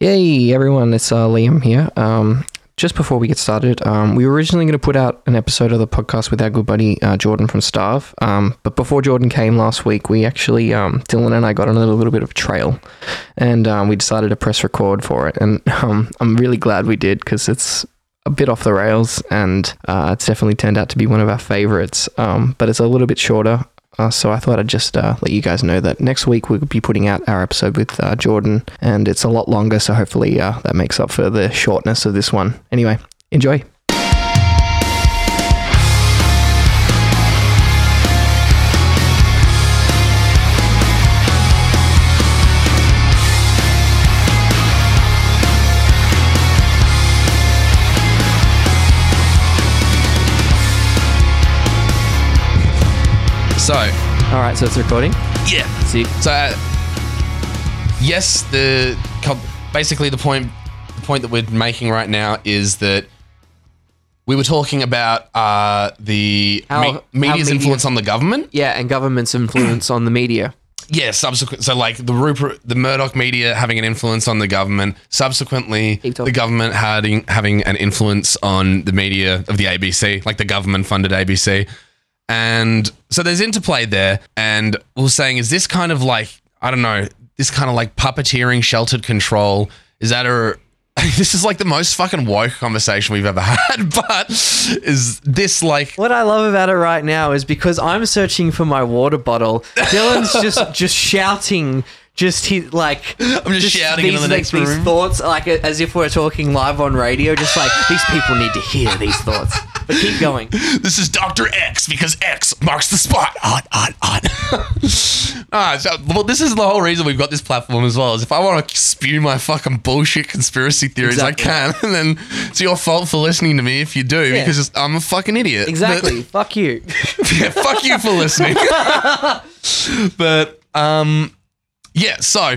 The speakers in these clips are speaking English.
Yay, everyone, it's uh, Liam here. Um, just before we get started, um, we were originally going to put out an episode of the podcast with our good buddy uh, Jordan from Starve. Um, but before Jordan came last week, we actually, um, Dylan and I got on a little, little bit of trail and um, we decided to press record for it. And um, I'm really glad we did because it's a bit off the rails and uh, it's definitely turned out to be one of our favorites. Um, but it's a little bit shorter. Uh, so I thought I'd just uh, let you guys know that next week we'll be putting out our episode with uh, Jordan, and it's a lot longer, so hopefully uh, that makes up for the shortness of this one. Anyway, enjoy. So, All right, so it's recording. yeah. Sick. So, uh, yes, the co- basically the point the point that we're making right now is that we were talking about uh, the How- me- how media's media- influence on the government. Yeah, and government's influence on the media. Yeah, subsequent. So, like the Rupert, the Murdoch media having an influence on the government. Subsequently, Keep talking. the government having having an influence on the media of the ABC, like the government funded ABC. And so there's interplay there. And we're saying, is this kind of like, I don't know, this kind of like puppeteering, sheltered control? Is that a. This is like the most fucking woke conversation we've ever had, but is this like. What I love about it right now is because I'm searching for my water bottle, Dylan's just just shouting, just he like I'm just shouting into these, the like, next these room. thoughts like as if we're talking live on radio, just like these people need to hear these thoughts. But keep going. this is Dr. X because X marks the spot. On, on, on. ah, so, well, this is the whole reason we've got this platform as well. Is if I want to spew my fucking bullshit conspiracy theories, Exactly. I can. And then it's your fault for listening to me if you do, Yeah. because I'm a fucking idiot. Exactly. Fuck you. But- yeah, fuck you for listening. but, um, yeah, so.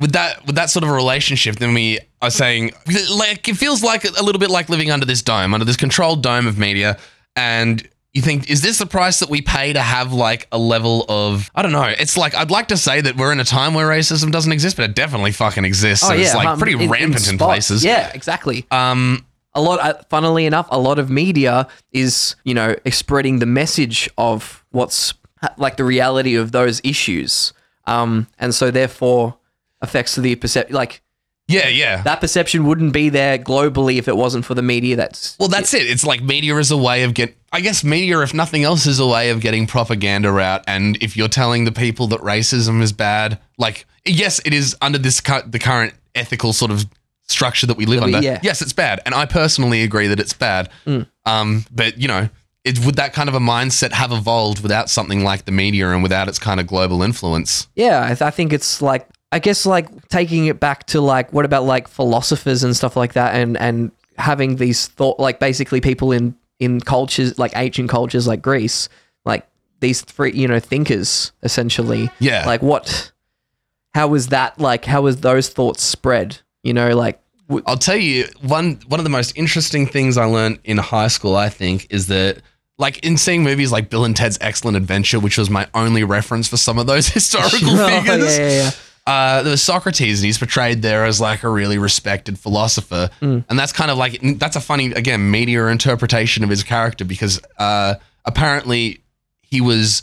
With that, with that sort of a relationship, then we are saying like it feels like a little bit like living under this dome, under this controlled dome of media, and you think, is this the price that we pay to have like a level of I don't know? It's like I'd like to say that we're in a time where racism doesn't exist, but it definitely fucking exists. and it's like um, pretty in- in rampant spots. in, places. Yeah, exactly. Um, a lot uh, funnily enough a lot of media is you know spreading the message of what's ha- like the reality of those issues um and so therefore affects the perception like yeah, yeah. that perception wouldn't be there globally if it wasn't for the media that's Well, that's it. It's like media is a way of get. I guess media, if nothing else, is a way of getting propaganda out. And if you're telling the people that racism is bad, like yes, it is under this cu- the current ethical sort of structure that we live we- under. yeah. Mm. Yes, it's bad, and I personally agree that it's bad. Um, but you know, it, would that kind of a mindset have evolved without something like the media and without its kind of global influence? yeah I, th- I think it's like i guess like taking it back to like what about like philosophers and stuff like that and and having these thought like basically people in in cultures like ancient cultures like greece like these three you know thinkers essentially Yeah. like what how was that like how was those thoughts spread you know like w- I'll tell you one one of the most interesting things I learned in high school. I think is that like in seeing movies like Bill and Ted's Excellent Adventure, which was my only reference for some of those historical Oh, yeah, figures. yeah, yeah. Uh, there was Socrates, and he's portrayed there as like a really respected philosopher, and that's kind of like that's a funny again media interpretation of his character because uh, apparently he was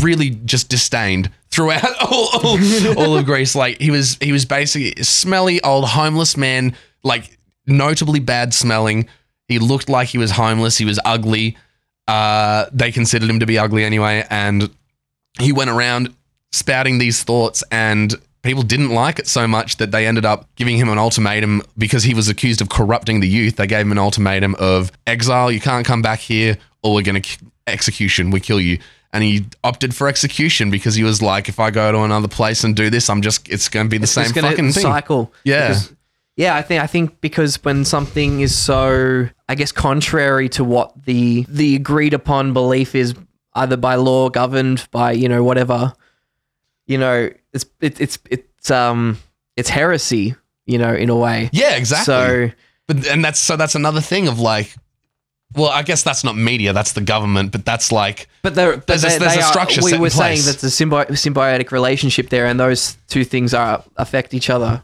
really just disdained throughout all, all, all of Greece. Like he was he was basically a smelly old homeless man, like notably bad smelling. He looked like he was homeless. He was ugly. Uh, they considered him to be ugly anyway, and he went around spouting these thoughts and. People didn't like it so much that they ended up giving him an ultimatum because he was accused of corrupting the youth. They gave him an ultimatum of exile, you can't come back here, or we're going to execution, we kill you. And he opted for execution because he was like, if I go to another place and do this, I'm just, it's going to be the same It's gonna fucking thing. cycle Yeah. Because- yeah i think i think because when something is so i guess contrary to what the the agreed upon belief is either by law governed by you know whatever you know it's it, it's it's um it's heresy you know in a way Yeah, exactly. so but and that's so that's another thing of like, well, I guess that's not media, that's the government, but that's like, But, they're, but There's a- they- there's they a are- structure We set in were place. saying that's a symbi- symbiotic relationship there, and those two things are affect each other.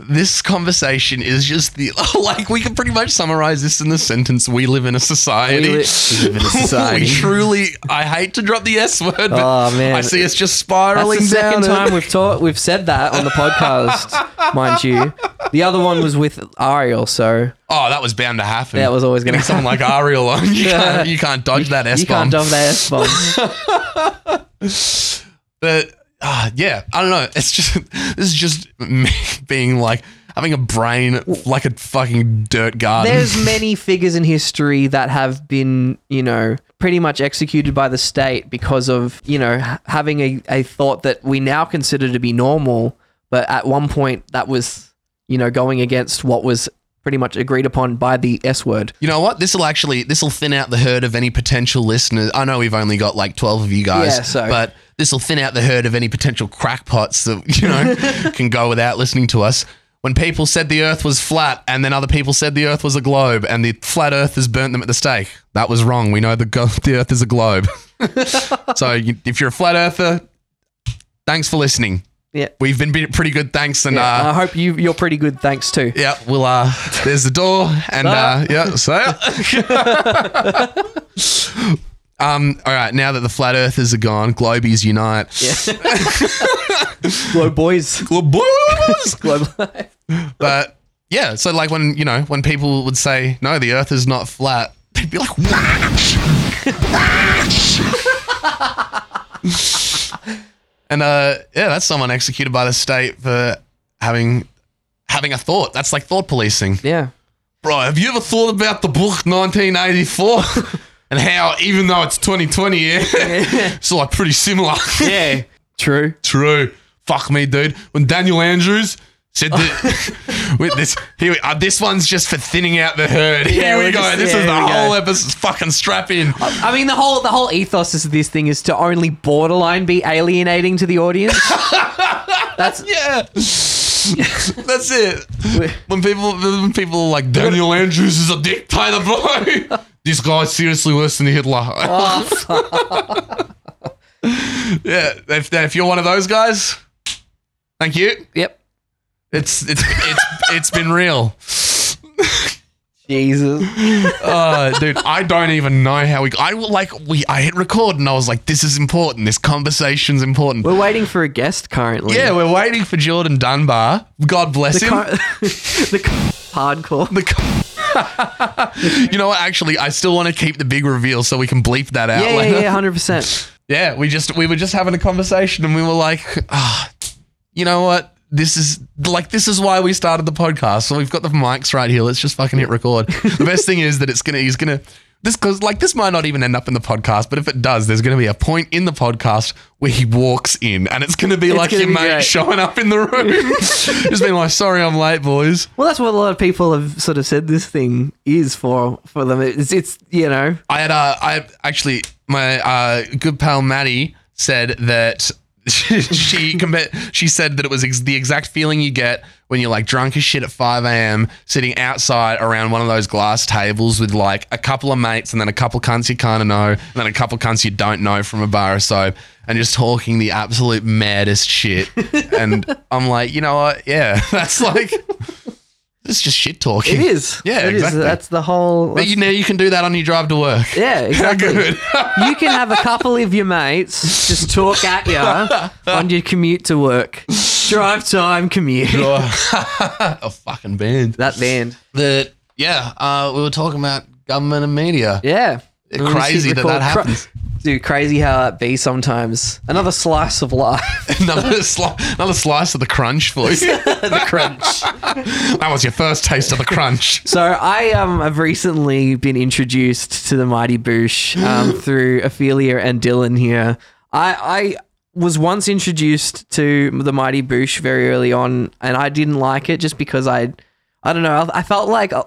this conversation is just the like we can pretty much summarize this in the sentence: We live in a society. We We, li- live in a society. truly, I hate to drop the S word, but Oh, man. I see it's just That's spiraling the second down. time we've taught we've said that on the podcast, mind you. The other one was with Ariel, so oh, that was bound to happen. That was always gonna Getting someone like Ariel on. You can't, you can't dodge that S you bomb. can't dump that S bomb. But ah, yeah, I don't know. It's just this is just me being like having a brain like a fucking dirt garden. There's many figures in history that have been, you know, pretty much executed by the state because of, you know, h- having a, a thought that we now consider to be normal, but at one point that was, you know, going against what was pretty much agreed upon by the S word. you know what? This will actually this will thin out the herd of any potential listeners. I know we've only got like twelve of you guys, Yeah, so- but this will thin out the herd of any potential crackpots that you know can go without listening to us. When people said the Earth was flat, and then other people said the Earth was a globe, and the flat Earth has burnt them at the stake. That was wrong. We know the go- the Earth is a globe. so you, if you're a flat Earther, thanks for listening. Yeah. We've been be- pretty good, thanks, and Yeah, uh, I hope you you're pretty good, thanks too. yeah, we'll uh, there's the door, and uh, yeah, so um, all right, now that the flat earthers are gone, globies unite. Glow boys. Globies! Glow but yeah, so like when you know when people would say no, the Earth is not flat, they'd be like, "What?" and uh, yeah, that's someone executed by the state for having having a thought. That's like thought policing. yeah. Bro, have you ever thought about the book 1984 and how even though it's 2020, yeah, it's like pretty similar. Yeah. True. True. Fuck me, dude. When Daniel Andrews said that with this, here we, uh, this one's just for thinning out the herd. Yeah, here we we're go. just- this yeah, is the here we go. whole episode. Fucking strap in. I mean, the whole the whole ethos is this thing is to only borderline be alienating to the audience. That's Yeah. That's it. When people when people are like Daniel Andrews is a dictator, bro. this guy's seriously worse than Hitler. Oh, yeah. If, if you're one of those guys, thank you. yep. It's it's it's it's been real. Jesus. Uh, dude, I don't even know how we. I will like we. I hit record and I was like, "This is important. This conversation's important." We're waiting for a guest currently. yeah, we're waiting for Jordan Dunbar. God bless The him. car- the car- hardcore. The co- you know what? Actually, I still want to keep the big reveal so we can bleep that out. Yeah, yeah, later. yeah, hundred percent. Yeah, we just we were just having a conversation and we were like, ah, you know what? This is like this is why we started the podcast. So we've got the mics right here. Let's just fucking hit record. the best thing is that it's gonna he's gonna this cause like this might not even end up in the podcast, but if it does, there's gonna be a point in the podcast where he walks in and it's gonna be like gonna your be mate great. showing up in the room. just being like, sorry I'm late, boys. Well, that's what a lot of people have sort of said. This thing is for for them. It's it's you know I had uh, I actually my uh, good pal Maddie said that she compa- she said that it was ex- the exact feeling you get when you're like drunk as shit at 5 a.m. sitting outside around one of those glass tables with like a couple of mates and then a couple cunts you kind of know and then a couple cunts you don't know from a bar or so and just talking the absolute maddest shit and I'm like you know what yeah that's like it's just shit talking it is. yeah it is. exactly That's the whole. but you, now you can do that on your drive to work yeah, exactly. good. you can have a couple of your mates just talk at you on your commute to work. Drive time commute. uh, a fucking band. That band. That yeah, uh, we were talking about government and media. Yeah. It's crazy that that happens. Dude, crazy how that be sometimes. Another slice of life. another, sli- another slice of the crunch for you. the crunch. that was your first taste of the crunch. So I um, have recently been introduced to the Mighty Boosh um, through Ophelia and Dylan here. I, I was once introduced to the Mighty Boosh very early on, and I didn't like it just because I, I don't know, I, I felt like uh,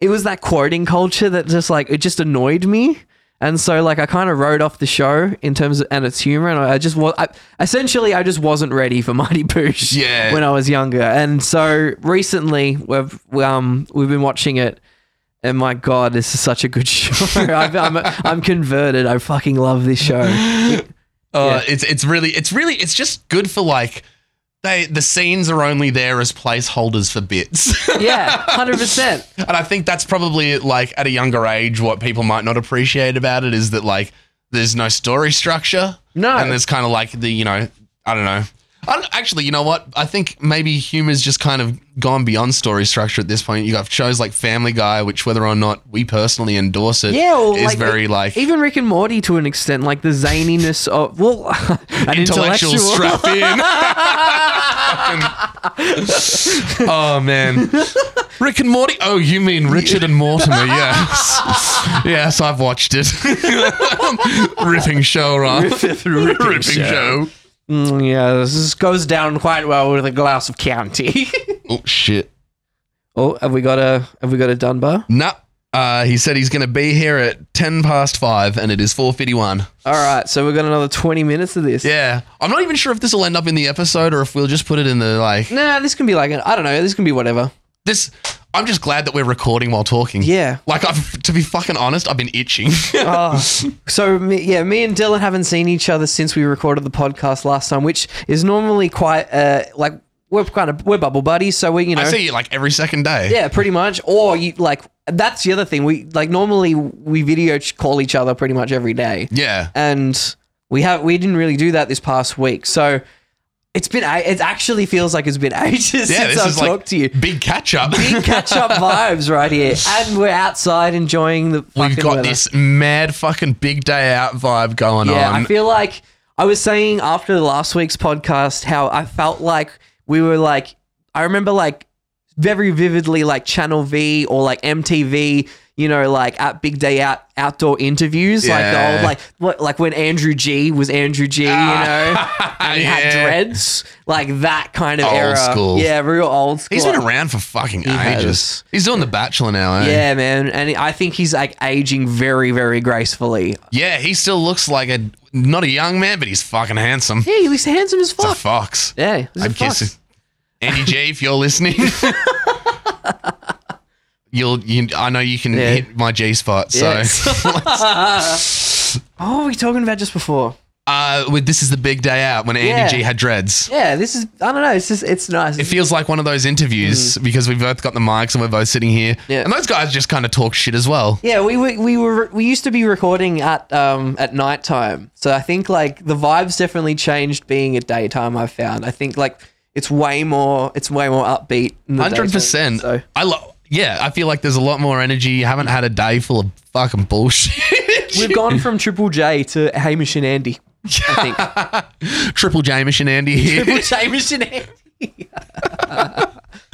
it was that quoting culture that just like it just annoyed me. And so, like, I kind of wrote off the show in terms of and its humor, and I just was I, essentially I just wasn't ready for Mighty Boosh Yeah. when I was younger. And so recently, we've we, um we've been watching it, and my god, this is such a good show. I've, I'm I'm converted. I fucking love this show. Uh, It's it's really it's really it's just good for like They the scenes are only there as placeholders for bits. Yeah, hundred percent. and I think that's probably like at a younger age what people might not appreciate about it is that like there's no story structure. No. And there's kind of like the, you know, I don't know. I don't, actually, you know what? I think maybe humor's just kind of gone beyond story structure at this point. You have shows like Family Guy, which whether or not we personally endorse it, is Yeah, or like- e- very like Even Rick and Morty, to an extent, like the zaniness of well, an intellectual, intellectual. strap in. Fucking- oh man, Rick and Morty. Oh, you mean Richard and Mortimer? Yes, yes, I've watched it. Ripping show, right? Ripping, show. Mm, yeah, this goes down quite well with a glass of County. Oh shit. oh, have we got a have we got a Dunbar? No. Uh, he said he's going to be here at 10 past 5 and it is 4.51 All right, so we've got another twenty minutes of this. yeah i'm not even sure if this will end up in the episode or if we'll just put it in the like Nah, this can be like an, I don't know. This can be whatever. this i'm just glad that we're recording while talking Yeah. like i've to be fucking honest i've been itching Oh, so me, yeah, me and Dylan haven't seen each other since we recorded the podcast last time, which is normally quite uh like we're kind of we're bubble buddies, so we you know I see you like every second day. yeah, pretty much. Or you like that's the other thing we like normally we video ch- call each other pretty much every day, Yeah. and we have we didn't really do that this past week, so. It's been a- it actually feels like it's been ages Yeah, since I've talked to you. big catch up. Catch up vibes right here, and we're outside enjoying the. We've fucking got weather. this mad fucking big day out vibe going Yeah, on. I feel like I was saying after last week's podcast how I felt like we were like I remember like very vividly like Channel V or like MTV, you know, like at Big Day Out outdoor interviews, like the Yeah. Ah. old like what like when Andrew G was Andrew G, you know, and he had Yeah. dreads, like that kind of Old era. school. Yeah, real old school. He's been around for fucking ages. has. He's doing The Bachelor now, eh? Yeah, man, and I think he's like aging very, very gracefully. Yeah, he still looks like a not a young man, but he's fucking handsome. Yeah, he's handsome as It's a fuck. fox. yeah, he's a I'm fuck. kissing. Andy J, if you're listening. You'll, you, I know you can Yeah. hit my G spot. So, Oh, we were talking about just before. uh, with this is the big day out when Andy Yeah. G had dreads. Yeah, this is I don't know. It's just it's nice. It feels like one of those interviews because we've both got the mics and we're both sitting here. Mm-hmm. Yeah. And those guys just kind of talk shit as well. yeah, we were we were we used to be recording at um at nighttime, so I think like the vibes definitely changed being at daytime. I found I think like it's way more it's way more upbeat. in the Hundred percent. daytime, I love. Yeah, I feel like there's a lot more energy. You haven't had a day full of fucking bullshit. So we've gone from Triple J to Hamish and Andy. I think Triple Jamish and Andy here. Triple Hamish and Andy.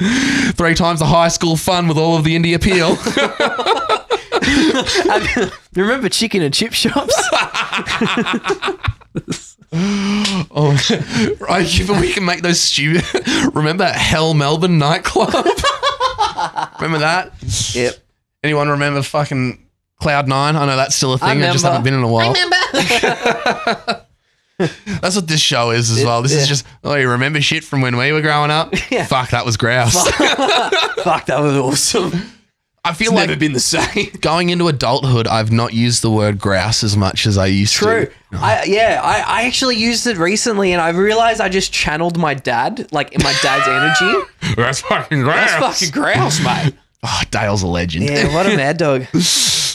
Three times the high school fun with all of the indie appeal. You Remember chicken and chip shops? oh, right. Even we can make those stupid. Remember that Hell Melbourne nightclub? remember that? yep. Anyone remember fucking Cloud Nine? I know that's still a thing. I, just remember. haven't been in a while. That's what this show is as well. This yeah. is just oh, you remember shit from when we were growing up? Yeah. Fuck, that was grouse. Fuck, that was awesome. I feel like been the same. going into adulthood, I've not used the word grouse as much as I used True. to. I yeah, I, I actually used it recently and I realized I just channeled my dad, like my dad's energy. That's fucking grouse. That's fucking grouse, mate. oh, Dale's a legend. Yeah, what a mad dog.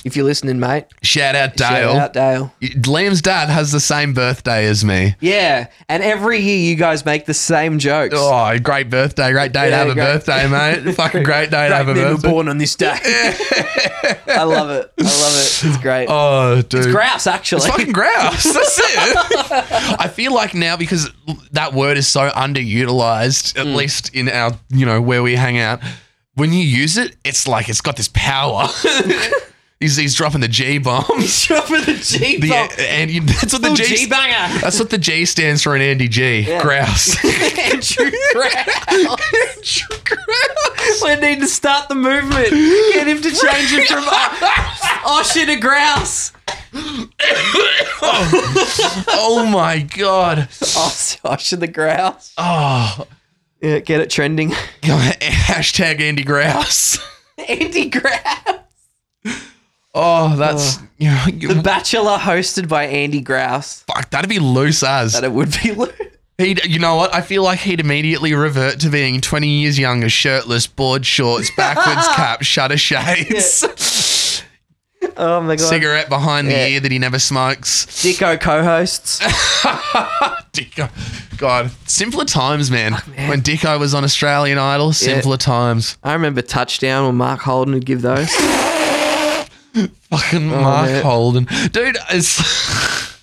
If you're listening, mate. Shout out Shout Dale. out Dale. Liam's dad has the same birthday as me. Yeah. And every year you guys make the same jokes. Oh, great birthday. Great day to Yeah, have a great- birthday, mate. fucking great day to Great have a men were birthday. born on this day. I love it. I love it. It's great. Oh, dude. Grouse, actually. It's fucking grouse. That's it. I feel like now because that word is so underutilized, Mm. at least in our, you know, where we hang out, when you use it, it's like it's got this power. he's, he's dropping the G bombs. Dropping the G The, bomb. and you, that's what the Full G, G banger. That's what the G stands for in Andy G. Grouse. Andrew Grouse. grouse. We need to start the movement. Get him to change it from oh shit to grouse. Oh my god. Oh, Osha the grouse. Oh. Yeah, get it trending. Hashtag Andy Grouse. Andy Grouse. Oh, that's you know, you- The Bachelor hosted by Andy Grouse. fuck. That'd be loose as. That it would be. He'd, you know what? I feel like he'd immediately revert to being 20 years younger, shirtless, board shorts, backwards cap, shutter shades, Oh my god. cigarette behind Yeah. the ear that he never smokes. Dicko co-hosts. Dicko. God, simpler times, man. When Dicko was on Australian Idol, simpler times. I remember touchdown when Mark Holden would give those. Fucking Mark Oh, man. Holden. Dude, it's.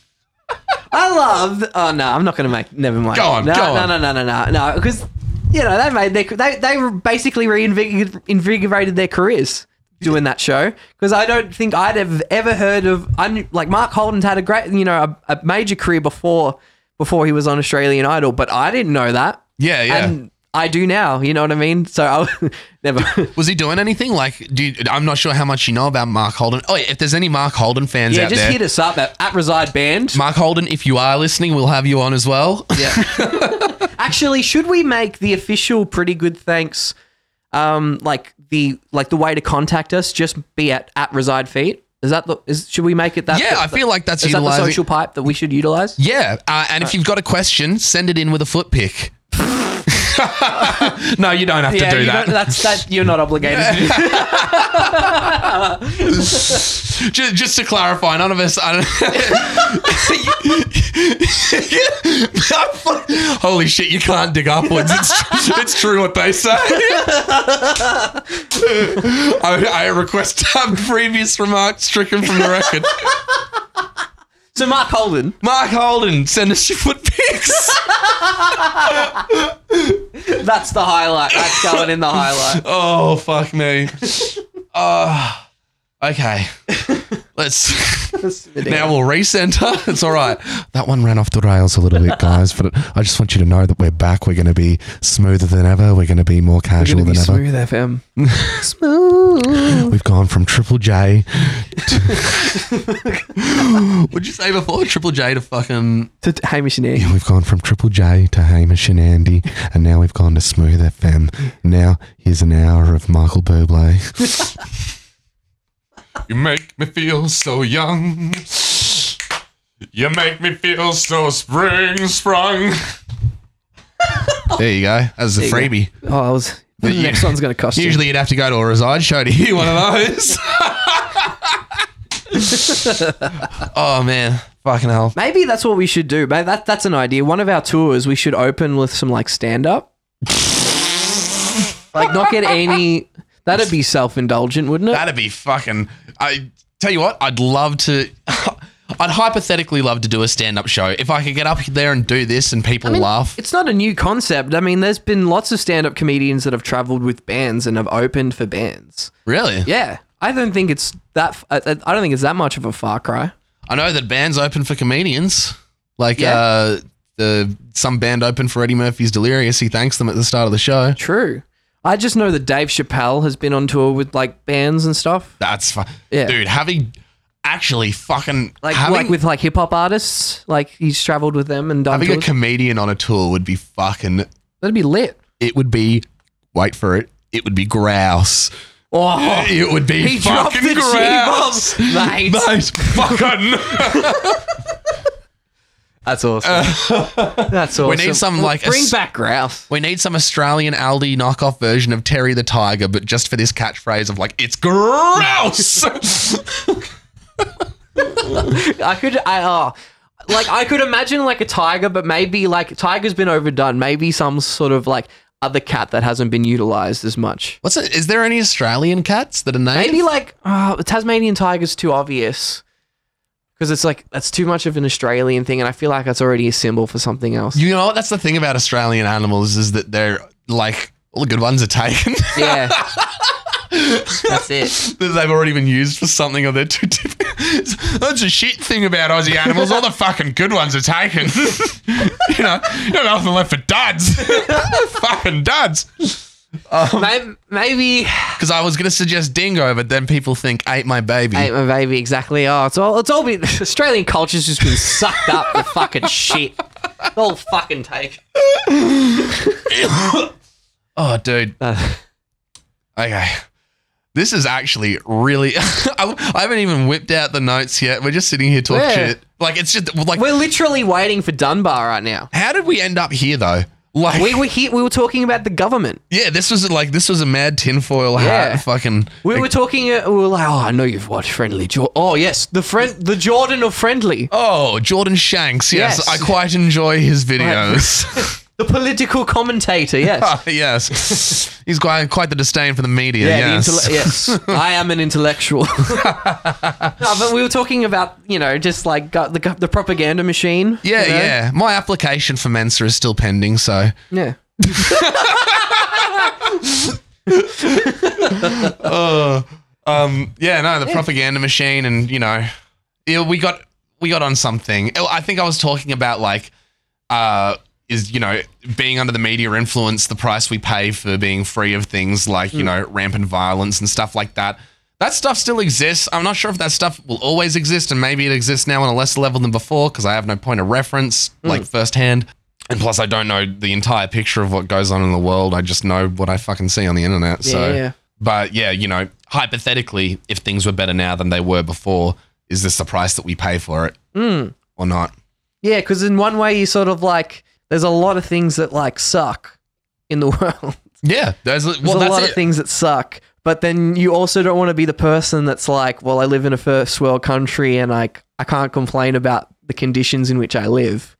I love. Oh no, I'm not gonna make. Never mind. Go on, No, go no, on. no, no, no, no, no. Because you know they made they they they were basically reinvigorated invigorated their careers doing that show. Because I don't think I'd have ever heard of. I knew- like Mark Holden's had a great, you know, a, a major career before before he was on Australian Idol, but I didn't know that. Yeah, yeah. And I do now. You know what I mean? So I never. Was he doing anything? Like, do you, I'm not sure how much you know about Mark Holden. Oh, yeah, if there's any Mark Holden fans yeah, out just there, hit us up at, at Reside Band. Mark Holden, if you are listening, we'll have you on as well. Actually, should we make the official pretty good thanks? Um, like the like the way to contact us, just be at at reside feet. Is that the is should we make it that? Yeah, I feel like that's is that the utilizing. social pipe that we should utilize. yeah, uh, and if you've got a question, send it in with a foot pick. no, you don't have to do you that. don't- that's that you're not obligated. to do. just, just to clarify, none of us. I don't Holy shit! You can't dig upwards. It's, it's true what they say. I, I request to have previous remarks stricken from the record. So Mark Holden, Mark Holden, send us your foot pics. that's the highlight. That's going in the highlight. Oh fuck me. Oh, okay. Let's. Now we'll recenter. It's all right. That one ran off the rails a little bit, guys. But I just want you to know that we're back. We're going to be smoother than ever. We're going to be more casual than ever. FM. We've gone from Triple J. To What'd you say before? Triple J to fucking. To Hamish and Andy. We've gone from Triple J to Hamish and Andy, and now we've gone to Smooth FM. Now here's an hour of Michael Bublé. You make me feel so young. You make me feel so spring sprung. there you go. That was the go. freebie. Oh, I was. The you- next one's going to cost you. Usually you'd have to go to a reside show to hear one of those. oh man, fucking hell. Maybe that's what we should do. Maybe that that's an idea. One of our tours, we should open with some like stand up. like not get any. That'd be self indulgent, wouldn't it? That'd be fucking I tell you what, I'd love to I'd hypothetically love to do a stand-up show. If I could get up there and do this and people laugh. It's not a new concept. I mean, there's been lots of stand up comedians that have traveled with bands and have opened for bands. Really? Yeah. I don't think it's that, f- I I- I don't think it's that much of a far cry. I know that bands open for comedians. Like Yeah. uh the some band opened for Eddie Murphy's Delirious. He thanks them at the start of the show. True. I just know that Dave Chappelle has been on tour with like bands and stuff. That's fun. Yeah. Dude, having actually fucking Like, having, like with like hip hop artists, like he's traveled with them and done having a tours. comedian on a tour would be fucking That'd be lit. it would be wait for it it would be grouse Oh, it would be he dropped fucking the grouse G-bombs, mate. Mate, fucking That's awesome. That's awesome. Uh, we need some like a bring s- back Grouse. we need some Australian Aldi knockoff version of Terry the Tiger, but just for this catchphrase of like it's grouse. I could, I oh, like I could imagine like a tiger, but maybe like tiger's been overdone. Maybe some sort of like other cat that hasn't been utilized as much. What's it? Is there any Australian cats that are named? Maybe like oh, the Tasmanian tiger's too obvious because it's like that's too much of an Australian thing, and I feel like that's already a symbol for something else. you know what? That's the thing about Australian animals is that they're like all the good ones are taken. yeah, that's it. that they've already been used for something or they're too different. That's a shit thing about Aussie animals. All the fucking good ones are taken. you know, you got nothing left for duds. fucking duds. Um, Maybe, maybe Because I was going to suggest dingo, but then people think ate my baby. Ain't my baby exactly. Oh, it's all it's all been Australian culture's just been sucked up with fucking shit. It's all fucking take. Oh, dude. Uh, Okay. This is actually really. I, I haven't even whipped out the notes yet. We're just sitting here talking Yeah. shit. Like it's just like We're literally waiting for Dunbar right now. how did we end up here though? Like We were here, we were talking about the government. yeah, this was like this was a mad tinfoil hat. Yeah. Fucking We were talking. Uh, we were like, "Oh, I know you've watched Friendly." Jo- oh, yes, the friend, the Jordan of Friendly, oh Jordan Shanks. Yes, Yes. I quite enjoy his videos. the political commentator. Yes, yes, he's quite quite the disdain for the media. yeah, yes. the intelle- yes. I am an intellectual. no, but we were talking about you know just like got the gov- the propaganda machine. yeah, you know? yeah. My application for Mensa is still pending, so yeah. Um, yeah, no, the propaganda machine, and you know, yeah, we got we got on something. Oh, I think I was talking about like, uh, is you know, being under the media influence, the price we pay for being free of things like Hmm. you know, rampant violence and stuff like that. That stuff still exists. I'm not sure if that stuff will always exist, and maybe it exists now on a lesser level than before because I have no point of reference, Hmm. like firsthand. And plus, I don't know the entire picture of what goes on in the world. I just know what I fucking see on the internet. so, Yeah, yeah. but yeah, you know, hypothetically, if things were better now than they were before, is this the price that we pay for it Hmm. or not? Yeah, because in one way you sort of like there's a lot of things that like suck in the world. Yeah, there's, There's well, a that's lot it. of things that suck. But then you also don't want to be the person that's like, well, I live in a first world country and I, I can't complain about the conditions in which I live.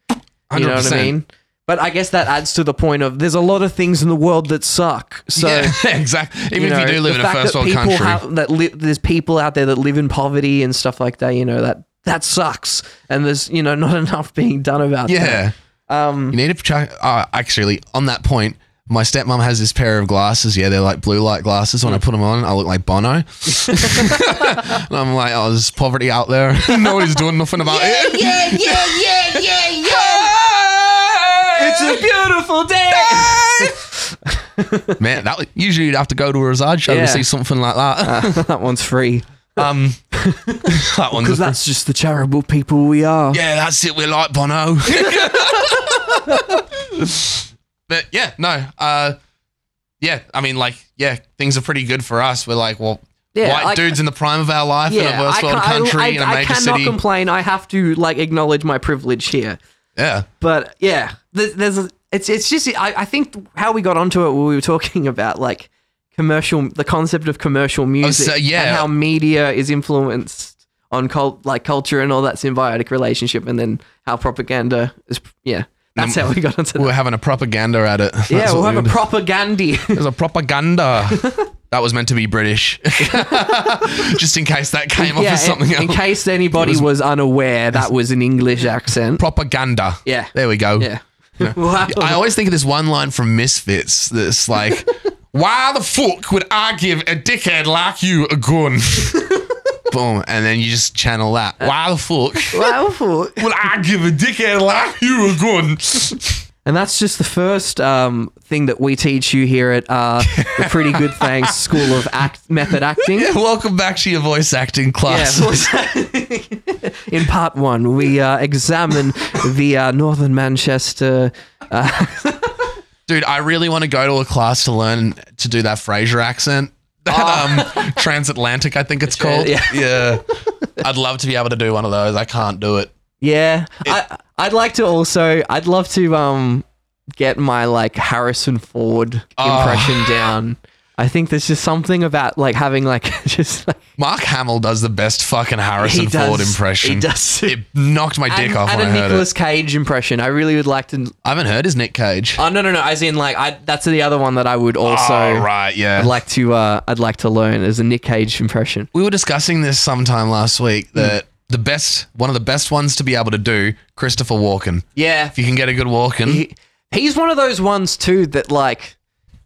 You know what I 100%. mean? But I guess that adds to the point of there's a lot of things in the world that suck. So yeah, exactly. Even you if know, you do the live in a fact first that world people country, ha- that li- there's people out there that live in poverty and stuff like that. You know that that sucks, and there's you know not enough being done about. yeah, that. um, you need to. Try, uh, actually, on that point, my stepmom has this pair of glasses. Yeah, they're like blue light glasses. When I put them on, I look like Bono. and I'm like, oh, there's poverty out there. Nobody's doing nothing about it. yeah, yeah, yeah, yeah, yeah. it's a beautiful day. Man, that would- usually you'd have to go to a Razad show Yeah. to see something like that. that one's free. um, that one's a Because that's just the charitable people we are. yeah, that's it. We're like Bono. but yeah, no. Uh, yeah, I mean, like, yeah, things are pretty good for us. We're like, well, Yeah, white I- dudes in the prime of our life in a I first world can't- I- country I, in a I major cannot city. complain. I have to like acknowledge my privilege here. yeah, But yeah, there's, there's a, it's it's just I, I think how we got onto it we were talking about like commercial the concept of commercial music Oh, yeah. and how media is influenced on cult like culture and all that symbiotic relationship and then how propaganda is yeah that's how we got onto that. we're having a propaganda at it. That's Yeah, we'll what have we a would- propaganda. There's a propaganda. that was meant to be British, just in case that came off yeah, as something in, in else. case anybody was, unaware, that was an English accent. propaganda. Yeah. there we go. yeah. Wow. I always think of this one line from Misfits that's like, why the fuck would I give a dickhead like you a gun? Boom. And then you just channel that. Why the fuck Wow. would I give a dickhead like you a gun? And that's just the first um, thing that we teach you here at uh, the Pretty Good Thanks School of Act Method Acting. Welcome back to your voice acting Yeah, class. voice- In part one, we uh, examine the uh, Northern Manchester. Dude, I really want to go to a class to learn to do that Fraser accent. That um, transatlantic, I think it's called. yeah. yeah. I'd love to be able to do one of those. I can't do it. Yeah, I, I'd like to also. I'd love to um, get my like Harrison Ford Ah. impression down. I think there's just something about like having like just like Mark Hamill does the best fucking Harrison Ford impression. He does. It knocked my dick and, off and when I a heard Nicolas Cage impression. I really would like to. it. I haven't heard his Nick Cage. Oh no, no, no. As in, like, I, that's the other one that I would also oh, right, yeah. I'd like to. Uh, I'd like to learn as a Nick Cage impression. we were discussing this sometime last week Hmm. that the best, one of the best ones to be able to do, Christopher Walken. Yeah, If you can get a good Walken, he, he's one of those ones too that like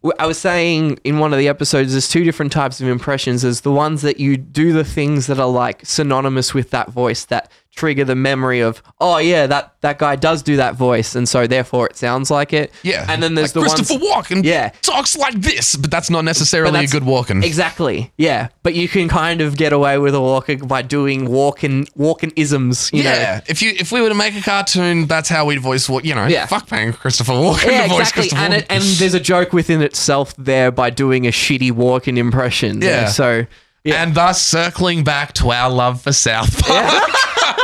w- I was saying in one of the episodes. There's two different types of impressions. There's the ones that you do the things that are like synonymous with that voice that trigger the memory of oh yeah that that guy does do that voice and so therefore it sounds like it Yeah. and then there's like the Christopher ones Walken Yeah. talks like this, but that's not necessarily that's- a good Walken. exactly yeah but you can kind of get away with a walker by doing walking walking isms you yeah. If you if we were to make a cartoon, that's how we'd voice Walken. You know, Yeah. fuck paying Christopher Walken know to yeah voice exactly Christopher and Walken. it, and there's a joke within itself there by doing a shitty walking impression there. Yeah. so yeah And thus circling back to our love for South Park.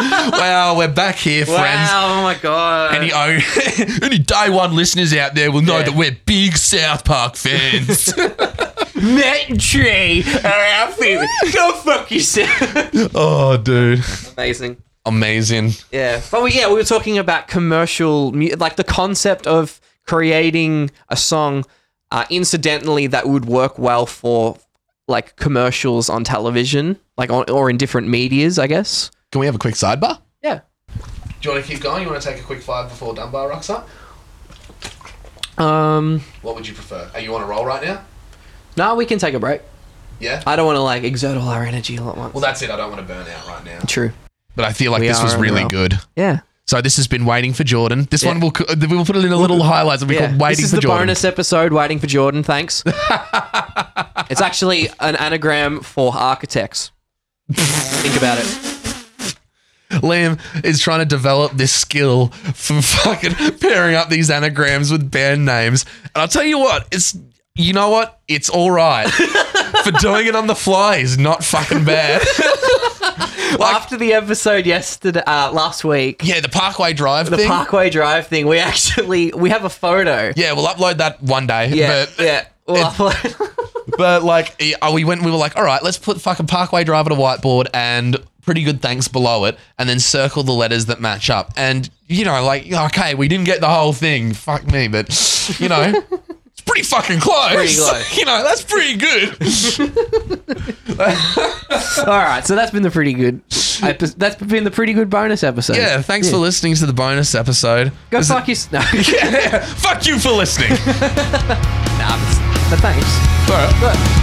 wow, we're back here, friends. wow oh my god Any, o- any day one listeners out there will know Yeah. that we're big South Park fans. Matt Trey are our favorite Uh, go fuck yourself oh, dude. amazing Amazing. Yeah, but we, yeah, we were talking about commercial, mu- like the concept of creating a song uh, incidentally that would work well for like commercials on television, like on, or in different medias, I guess. Can we have a quick sidebar? Yeah. Do you want to keep going? You want to take a quick five before Dunbar rocks up? Um. What would you prefer? Are you on a roll right now? No, we can take a break. Yeah? I don't want to like exert all our energy all at once. Well, that's it. I don't want to burn out right now. True. But I feel like We this are was on a really roll. good. Yeah. So this has been waiting for Jordan. This Yeah. one will co- uh, we will put it in a little highlights and we Yeah. called waiting this is for the Jordan. bonus episode. Waiting for Jordan. Thanks. it's actually an anagram for architects. Think about it. Liam is trying to develop this skill for fucking pairing up these anagrams with band names. And I'll tell you what, it's you know what? It's all right. for doing it on the fly is not fucking bad. Well, after the episode yesterday, uh, last week, yeah, the Parkway Drive the thing. Parkway Drive thing, we actually we have a photo. yeah, we'll upload that one day. yeah, But, yeah. Well, upload- but like, yeah, oh, we went and we were like, all right, let's put fucking Parkway Drive on a whiteboard and pretty good thanks below it, and then circle the letters that match up. And, you know, like, okay, we didn't get the whole thing. Fuck me, but, you know. It's pretty fucking close. Pretty close. you know, that's pretty good. all right. So that's been the pretty good. epi- That's been the pretty good bonus episode. Yeah, thanks for listening to the bonus episode. Go This is- fuck your s- no. Yeah, fuck you for listening. nah, but- but thanks. All right. But-